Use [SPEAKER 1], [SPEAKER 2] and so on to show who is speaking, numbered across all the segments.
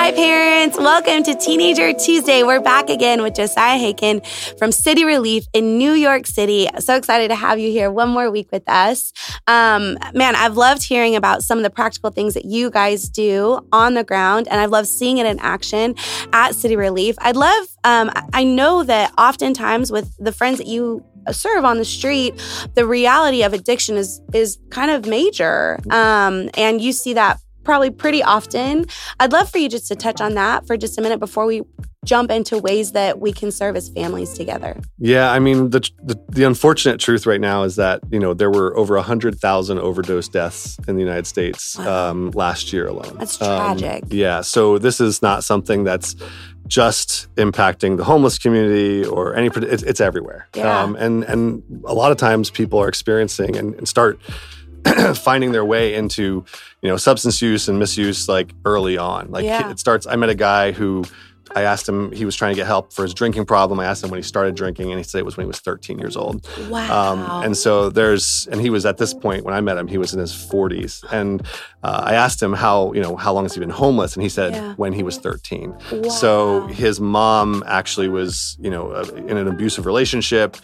[SPEAKER 1] parents, welcome to Teenager Tuesday. We're back again with Josiah Haken from City Relief in New York City. So excited to have you here one more week with us. Um, man, I've loved hearing about some of the practical things that you guys do on the ground, and I've loved seeing it in action at City Relief. I'd love, um, I know that oftentimes with the friends that you serve on the street, the reality of addiction is is kind of major, um, and you see that probably pretty often. I'd love for you just to touch on that for just a minute before we jump into ways that we can serve as families together.
[SPEAKER 2] Yeah, I mean the, the the unfortunate truth right now is that you know there were over hundred thousand overdose deaths in the United States
[SPEAKER 1] Wow.
[SPEAKER 2] um, last year alone.
[SPEAKER 1] That's
[SPEAKER 2] Um,
[SPEAKER 1] tragic.
[SPEAKER 2] yeah, so this is not something that's just impacting the homeless community or any. It's, it's everywhere, Um,
[SPEAKER 1] Yeah.
[SPEAKER 2] and and a lot of times people are experiencing and, and start. finding their way into you know substance use and misuse like early on like
[SPEAKER 1] Yeah.
[SPEAKER 2] it starts i met a guy who I asked him, he was trying to get help for his drinking problem. I asked him when he started drinking, and he said it was when he was 13 years old.
[SPEAKER 1] Oh, Wow.
[SPEAKER 2] Um, and so there's, and he was at this point when I met him, he was in his 40s. And uh, I asked him how, you know, how long has he been homeless? And he said
[SPEAKER 1] Yeah.
[SPEAKER 2] when he was 13.
[SPEAKER 1] Wow.
[SPEAKER 2] So his mom actually was, you know, uh, in an abusive relationship.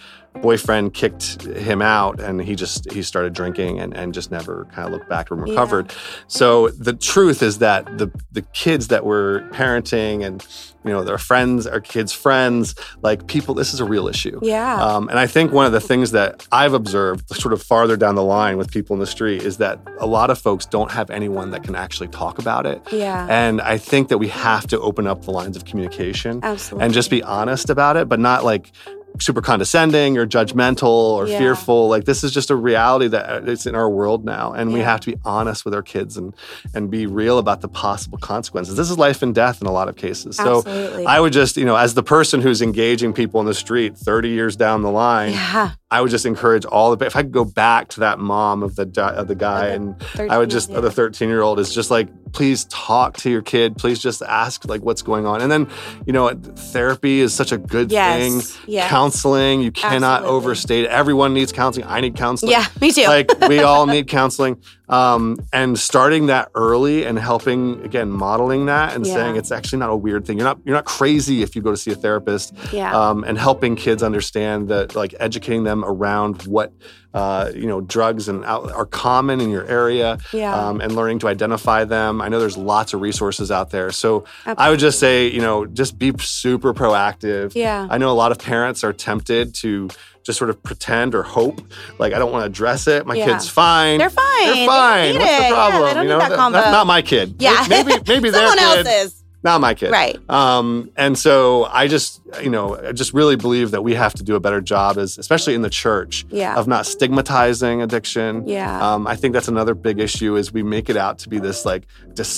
[SPEAKER 2] Boyfriend kicked him out, and he just he started drinking and, and just never kind of looked back and
[SPEAKER 1] Yeah.
[SPEAKER 2] recovered. So the truth is that the the kids that we're parenting and you know their friends, our kids' friends, like people, this is a real issue.
[SPEAKER 1] yeah.
[SPEAKER 2] Um, and I think one of the things that I've observed, sort of farther down the line with people in the street, is that a lot of folks don't have anyone that can actually talk about it.
[SPEAKER 1] yeah.
[SPEAKER 2] And I think that we have to open up the lines of communication
[SPEAKER 1] Absolutely.
[SPEAKER 2] and just be honest about it, but not like super condescending or judgmental or
[SPEAKER 1] Yeah.
[SPEAKER 2] fearful. Like this is just a reality that uh, it's in our world now, and we
[SPEAKER 1] Yeah.
[SPEAKER 2] have to be honest with our kids and and be real about the possible consequences. This is life and death in a lot of cases. So
[SPEAKER 1] Absolutely.
[SPEAKER 2] I would just, you know, as the person who's engaging people in the street 30 years down the line,
[SPEAKER 1] yeah.
[SPEAKER 2] I would just encourage all the if I could go back to that mom of the di- of the guy
[SPEAKER 1] Of the
[SPEAKER 2] and I would just
[SPEAKER 1] 13,
[SPEAKER 2] the 13 year old is just like please talk to your kid please just ask like what's going on and then you know therapy is such a good thing
[SPEAKER 1] Yes. Yeah.
[SPEAKER 2] counseling you cannot
[SPEAKER 1] Absolutely.
[SPEAKER 2] overstate it. everyone needs counseling I need counseling
[SPEAKER 1] yeah. Me too.
[SPEAKER 2] like we all need counseling um, and starting that early and helping again modeling that and
[SPEAKER 1] Yeah.
[SPEAKER 2] saying it's actually not a weird thing you're not you're not crazy if you go to see a therapist
[SPEAKER 1] yeah.
[SPEAKER 2] um, and helping kids understand that like educating them around what uh, you know drugs and out- are common in your area
[SPEAKER 1] yeah.
[SPEAKER 2] um, and learning to identify them i know there's lots of resources out there so i would just say you know just be super proactive
[SPEAKER 1] Yeah.
[SPEAKER 2] i know a lot of parents are tempted to just sort of pretend or hope like i don't want to address it my
[SPEAKER 1] Yeah.
[SPEAKER 2] kid's fine
[SPEAKER 1] They're fine.
[SPEAKER 2] They're fine.
[SPEAKER 1] They need
[SPEAKER 2] What's
[SPEAKER 1] it.
[SPEAKER 2] the problem?
[SPEAKER 1] Yeah, I don't need
[SPEAKER 2] you know,
[SPEAKER 1] that
[SPEAKER 2] That-
[SPEAKER 1] combo.
[SPEAKER 2] that's not my kid.
[SPEAKER 1] Yeah.
[SPEAKER 2] maybe maybe their
[SPEAKER 1] Someone
[SPEAKER 2] kid,
[SPEAKER 1] else's.
[SPEAKER 2] not my kid.
[SPEAKER 1] Right.
[SPEAKER 2] Um, and so I just, you know, I just really believe that we have to do a better job, as, especially in the church,
[SPEAKER 1] Yeah.
[SPEAKER 2] of not stigmatizing addiction.
[SPEAKER 1] Yeah.
[SPEAKER 2] Um, I think that's another big issue is we make it out to be this like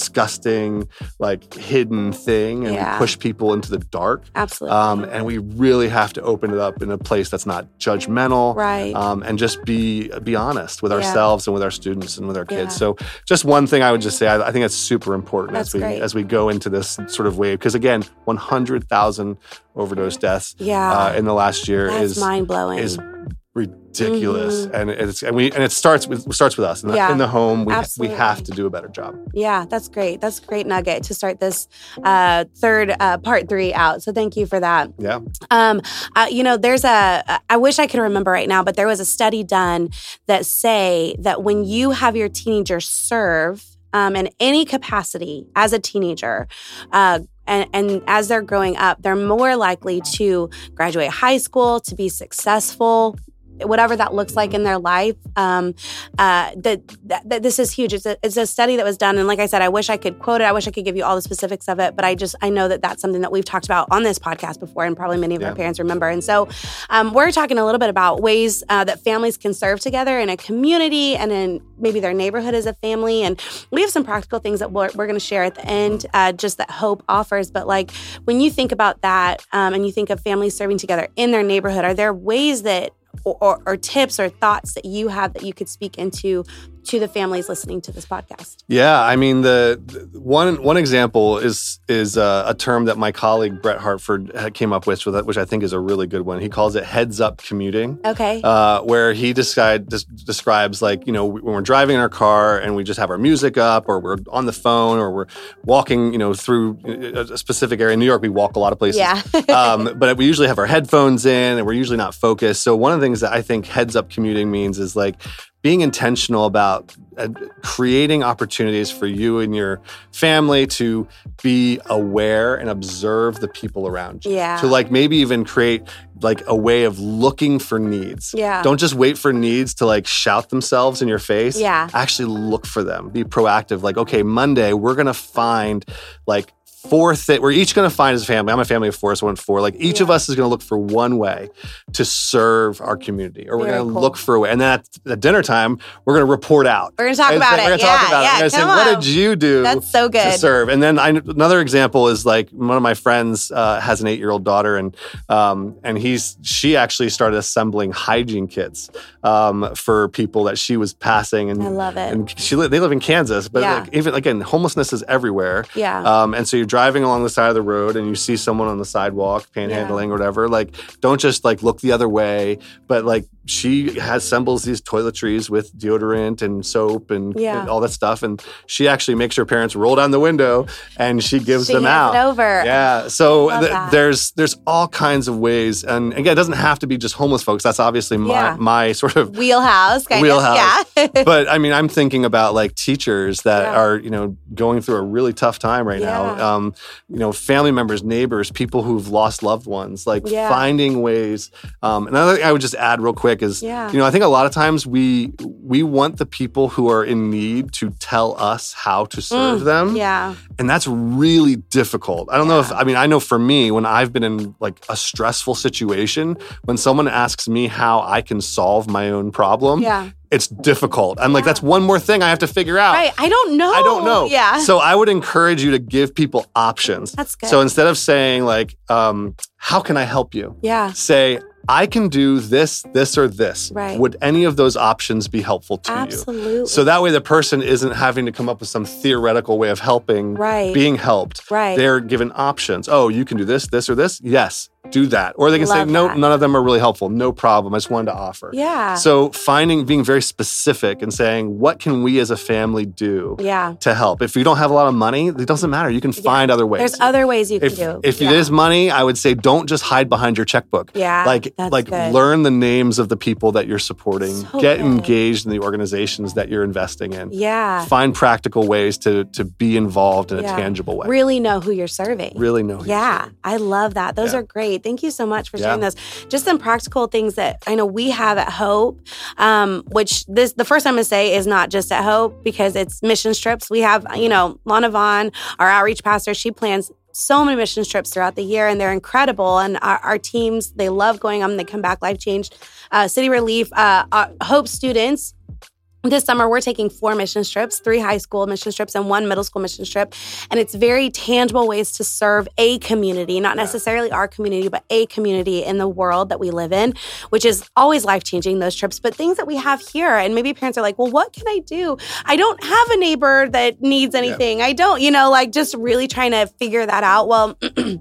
[SPEAKER 2] disgusting, like hidden thing, and
[SPEAKER 1] Yeah.
[SPEAKER 2] we push people into the dark.
[SPEAKER 1] Absolutely.
[SPEAKER 2] Um, and we really have to open it up in a place that's not judgmental,
[SPEAKER 1] Right.
[SPEAKER 2] um, and just be be honest with
[SPEAKER 1] Yeah.
[SPEAKER 2] ourselves and with our students and with our
[SPEAKER 1] Yeah.
[SPEAKER 2] kids. So, just one thing I would just say, I, I think that's super important
[SPEAKER 1] That's
[SPEAKER 2] as we
[SPEAKER 1] great.
[SPEAKER 2] as we go into this sort of wave, because again, 100,000 overdose deaths
[SPEAKER 1] yeah.
[SPEAKER 2] uh, in the last year
[SPEAKER 1] that's
[SPEAKER 2] is
[SPEAKER 1] mind blowing.
[SPEAKER 2] is ridiculous, and it's and we and it starts with starts with us in the,
[SPEAKER 1] Yeah.
[SPEAKER 2] in the home. We we have
[SPEAKER 1] Absolutely.
[SPEAKER 2] to do a better job.
[SPEAKER 1] Yeah, that's great. That's a great nugget to start this uh, third uh, part three out. So thank you for that.
[SPEAKER 2] Yeah,
[SPEAKER 1] Um, uh, you know, there's a, I wish I could remember right now, but there was a study done that say that when you have your teenager serve um, in any capacity as a teenager, uh, and, and as they're growing up, they're more likely to graduate high school, to be successful, whatever that looks like in their life. Um, uh, that, that, that this is huge. It's a, it's a study that was done, and like I said, I wish I could quote it. I wish I could give you all the specifics of it, but I just I know that that's something that we've talked about on this podcast before, and probably many of our
[SPEAKER 2] Yeah.
[SPEAKER 1] parents remember. And so, um, we're talking a little bit about ways uh, that families can serve together in a community and in maybe their neighborhood as a family. And we have some practical things that we're, we're going to share at the end, uh, just that hope offers. But like when you think about that, um, and you think of families serving together in their neighborhood, are there ways that or, or, or tips or thoughts that you have that you could speak into to the families listening to this podcast?
[SPEAKER 2] Yeah, I mean the, the one one example is is uh, a term that my colleague Brett Hartford had- came up with, with- which I think is a really good one. He calls it heads up commuting.
[SPEAKER 1] Okay.
[SPEAKER 2] Uh, where he describe, des- describes like you know when we're driving in our car and we just have our music up or we're on the phone or we're walking you know through uh, a a specific area in new york we walk a lot of places
[SPEAKER 1] yeah.
[SPEAKER 2] um, but we usually have our headphones in and we're usually not focused. So, one of the things that I think heads up commuting means is like being intentional about uh, creating opportunities for you and your family to be aware and observe the people around you.
[SPEAKER 1] Yeah.
[SPEAKER 2] To like maybe even create like a way of looking for needs.
[SPEAKER 1] Yeah.
[SPEAKER 2] Don't just wait for needs to like shout themselves in your face
[SPEAKER 1] Yeah.
[SPEAKER 2] actually look for them be proactive like okay monday we're gonna find like four things we're each gonna find as a family i'm a family of four so one four like each of
[SPEAKER 1] Yeah.
[SPEAKER 2] us is gonna look for one way to serve our community or we're
[SPEAKER 1] Very
[SPEAKER 2] gonna
[SPEAKER 1] cool.
[SPEAKER 2] look for a way and then at, at dinner time we're gonna report out
[SPEAKER 1] We're going to talk
[SPEAKER 2] And so
[SPEAKER 1] about
[SPEAKER 2] we're
[SPEAKER 1] it.
[SPEAKER 2] gonna talk
[SPEAKER 1] Yeah.
[SPEAKER 2] about it.
[SPEAKER 1] yeah.
[SPEAKER 2] We're gonna
[SPEAKER 1] Come
[SPEAKER 2] say,
[SPEAKER 1] on.
[SPEAKER 2] what did you do
[SPEAKER 1] That's so
[SPEAKER 2] to
[SPEAKER 1] good.
[SPEAKER 2] serve. And then I, another example is like one of my friends uh, has an eight year old daughter, and um, and he's she actually started assembling hygiene kits um, for people that she was passing,
[SPEAKER 1] I
[SPEAKER 2] and
[SPEAKER 1] love it.
[SPEAKER 2] and she li- they live in Kansas, but
[SPEAKER 1] Yeah.
[SPEAKER 2] like, even again, homelessness is everywhere.
[SPEAKER 1] yeah.
[SPEAKER 2] Um, and so you're driving along the side of the road and you see someone on the sidewalk panhandling or whatever. Like, don't just like look the other way, but like she has assembles these toiletries with deodorant and soap and,
[SPEAKER 1] Yeah.
[SPEAKER 2] and all that stuff. And she actually makes her parents roll down the window and she gives
[SPEAKER 1] She
[SPEAKER 2] them
[SPEAKER 1] hands
[SPEAKER 2] out.
[SPEAKER 1] it over.
[SPEAKER 2] Yeah. So
[SPEAKER 1] Love
[SPEAKER 2] th-
[SPEAKER 1] that.
[SPEAKER 2] there's there's all kinds of ways, and again, it doesn't have to be just homeless folks. That's obviously my
[SPEAKER 1] Yeah.
[SPEAKER 2] my sort of
[SPEAKER 1] Wheelhouse. Kind
[SPEAKER 2] Wheelhouse.
[SPEAKER 1] Of, yeah.
[SPEAKER 2] but I mean, I'm thinking about like teachers that
[SPEAKER 1] Yeah.
[SPEAKER 2] are, you know, going through a really tough time right
[SPEAKER 1] Yeah.
[SPEAKER 2] now. Um, you know, family members, neighbors, people who've lost loved ones, like
[SPEAKER 1] Yeah.
[SPEAKER 2] finding ways. Um, another thing I would just add real quick is,
[SPEAKER 1] Yeah.
[SPEAKER 2] you know, I think a lot of times we we want the people who are in need to tell us how to serve them,
[SPEAKER 1] Mm. yeah.
[SPEAKER 2] and that's really difficult. I don't know if I mean, I know for me when I've been in like a stressful situation, when someone asks me how I can solve my own problem,
[SPEAKER 1] Yeah.
[SPEAKER 2] it's difficult. I'm like,
[SPEAKER 1] Yeah.
[SPEAKER 2] that's one more thing I have to figure out.
[SPEAKER 1] Right. I don't know.
[SPEAKER 2] uh, I don't know.
[SPEAKER 1] Yeah.
[SPEAKER 2] So I would encourage you to give people options.
[SPEAKER 1] That's good.
[SPEAKER 2] So instead of saying like, um, "How can I help you?"
[SPEAKER 1] yeah.
[SPEAKER 2] Say, "I can do this, this, or this."
[SPEAKER 1] Right.
[SPEAKER 2] Would any of those options be helpful to you?
[SPEAKER 1] Absolutely.
[SPEAKER 2] So that way, the person isn't having to come up with some theoretical way of helping,
[SPEAKER 1] right.
[SPEAKER 2] being helped.
[SPEAKER 1] right.
[SPEAKER 2] They're given options. Oh, you can do this, this, or this. Yes, do that. Or they can
[SPEAKER 1] Love
[SPEAKER 2] say, "No,
[SPEAKER 1] that.
[SPEAKER 2] none of them are really helpful. No problem. I just wanted to offer."
[SPEAKER 1] yeah.
[SPEAKER 2] So finding being very specific and saying what can we as a family do
[SPEAKER 1] yeah.
[SPEAKER 2] to help. If you don't have a lot of money, it doesn't matter. You can find other ways.
[SPEAKER 1] There's other ways you can
[SPEAKER 2] if
[SPEAKER 1] do.
[SPEAKER 2] if
[SPEAKER 1] yeah.
[SPEAKER 2] it is money, I would say don't just hide behind your checkbook.
[SPEAKER 1] Yeah.
[SPEAKER 2] like
[SPEAKER 1] that's
[SPEAKER 2] like
[SPEAKER 1] good.
[SPEAKER 2] learn the names of the people that you're supporting.
[SPEAKER 1] So
[SPEAKER 2] Get
[SPEAKER 1] good.
[SPEAKER 2] engaged in the organizations that you're investing in.
[SPEAKER 1] Yeah.
[SPEAKER 2] Find practical ways to to be involved in
[SPEAKER 1] Yeah.
[SPEAKER 2] a tangible way.
[SPEAKER 1] Really know who you're serving.
[SPEAKER 2] Really know. who you're
[SPEAKER 1] Yeah,
[SPEAKER 2] serving.
[SPEAKER 1] I love that. Those
[SPEAKER 2] Yeah.
[SPEAKER 1] are great. Thank you so much for
[SPEAKER 2] Yeah.
[SPEAKER 1] sharing those. Just some practical things that I know we have at Hope, um, which this the first I'm gonna say is not just at Hope because it's mission trips. We have you know Lana Vaughn, our outreach pastor. She plans so many mission trips throughout the year, and they're incredible. And our, our teams they love going on. They come back life changed. Uh, City Relief, uh, uh, Hope students this summer we're taking four mission trips three high school mission trips and one middle school mission trip and it's very tangible ways to serve a community not necessarily our community but a community in the world that we live in which is always life changing those trips but things that we have here and maybe parents are like well what can i do i don't have a neighbor that needs anything i don't you know like just really trying to figure that out well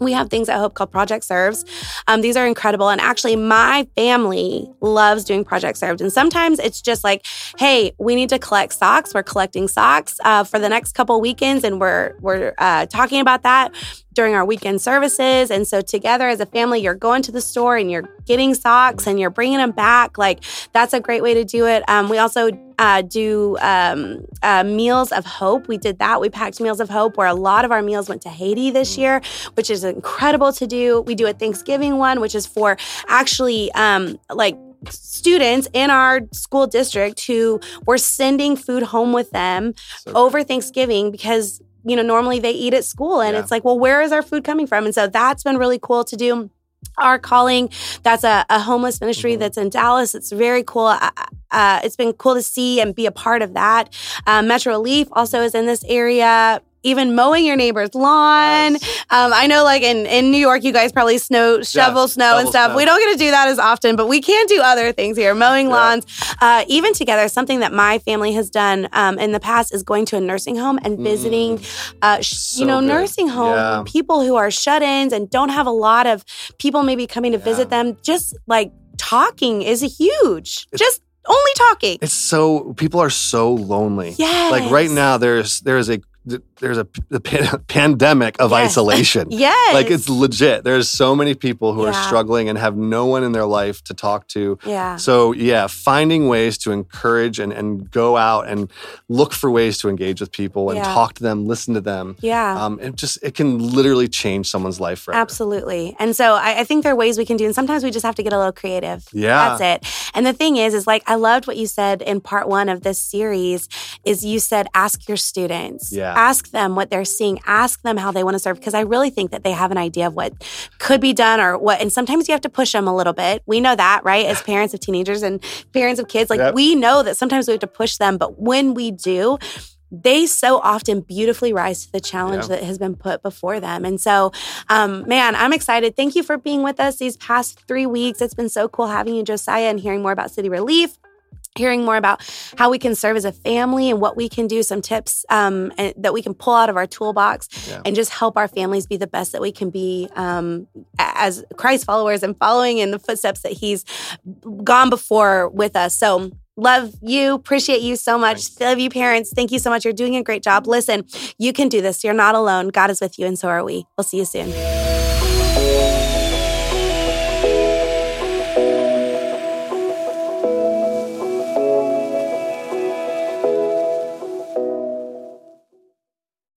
[SPEAKER 1] We have things at Hope called Project Serves. Um, these are incredible. And actually, my family loves doing Project Served. And sometimes it's just like, hey, we need to collect socks. We're collecting socks uh, for the next couple weekends, and we're we're uh, talking about that during our weekend services. And so together as a family, you're going to the store and you're getting socks and you're bringing them back. Like that's a great way to do it. Um, we also uh, do um, uh, meals of hope. We did that. We packed meals of hope, where a lot of our meals went to Haiti this year, which is incredible to do. We do a Thanksgiving one, which is for actually um, like students in our school district who were sending food home with them
[SPEAKER 2] So-
[SPEAKER 1] over Thanksgiving because you know normally they eat at school and
[SPEAKER 2] Yeah.
[SPEAKER 1] it's like well where is our food coming from and so that's been really cool to do our calling that's a, a homeless ministry
[SPEAKER 2] Mhm.
[SPEAKER 1] that's in dallas it's very cool uh, uh, it's been cool to see and be a part of that uh, metro relief also is in this area even mowing your neighbor's lawn. Um, I know, like in, in New York, you guys probably snow shovel
[SPEAKER 2] Yeah,
[SPEAKER 1] snow and
[SPEAKER 2] shovel
[SPEAKER 1] stuff.
[SPEAKER 2] snow.
[SPEAKER 1] We don't get to do that as often, but we can do other things here, mowing
[SPEAKER 2] Yeah.
[SPEAKER 1] lawns, uh, even together. Something that my family has done um, in the past is going to a nursing home and visiting,
[SPEAKER 2] Mm.
[SPEAKER 1] uh, sh- you
[SPEAKER 2] So
[SPEAKER 1] know,
[SPEAKER 2] good.
[SPEAKER 1] nursing home
[SPEAKER 2] Yeah.
[SPEAKER 1] people who are shut-ins and don't have a lot of people maybe coming to visit them. Just like talking is huge. just only talking.
[SPEAKER 2] It's so people are so lonely.
[SPEAKER 1] Yes.
[SPEAKER 2] Like right now, there's there's a there's a, the pan- pandemic of
[SPEAKER 1] Yes.
[SPEAKER 2] isolation.
[SPEAKER 1] Yes.
[SPEAKER 2] Like it's legit. There's so many people who
[SPEAKER 1] Yeah.
[SPEAKER 2] are struggling and have no one in their life to talk to.
[SPEAKER 1] yeah.
[SPEAKER 2] So yeah, finding ways to encourage and, and go out and look for ways to engage with people and
[SPEAKER 1] Yeah.
[SPEAKER 2] talk to them, listen to them.
[SPEAKER 1] Yeah.
[SPEAKER 2] Um, it just it can literally change someone's life forever.
[SPEAKER 1] Absolutely. And so I, I think there are ways we can do, and sometimes we just have to get a little creative.
[SPEAKER 2] Yeah.
[SPEAKER 1] That's it. And the thing is, is like I loved what you said in part one of this series, is you said ask your students.
[SPEAKER 2] Yeah.
[SPEAKER 1] Ask them what they're seeing. Ask them how they want to serve. Because I really think that they have an idea of what could be done or what and sometimes you have to push them a little bit. We know that, right? As parents of teenagers and parents of kids. Like
[SPEAKER 2] Yep.
[SPEAKER 1] we know that sometimes we have to push them, but when we do, they so often beautifully rise to the challenge
[SPEAKER 2] Yeah.
[SPEAKER 1] that has been put before them. And so, um, man, I'm excited. Thank you for being with us these past three weeks. It's been so cool having you, Josiah, and hearing more about City Relief. Hearing more about how we can serve as a family and what we can do, some tips um, and- that we can pull out of our toolbox
[SPEAKER 2] Yeah.
[SPEAKER 1] and just help our families be the best that we can be um, a- as Christ followers and following in the footsteps that He's gone before with us. So love you, appreciate you so much.
[SPEAKER 2] Thanks.
[SPEAKER 1] Love you, parents. Thank you so much. You're doing a great job. Listen, you can do this. You're not alone. God is with you, and so are we. We'll see you soon.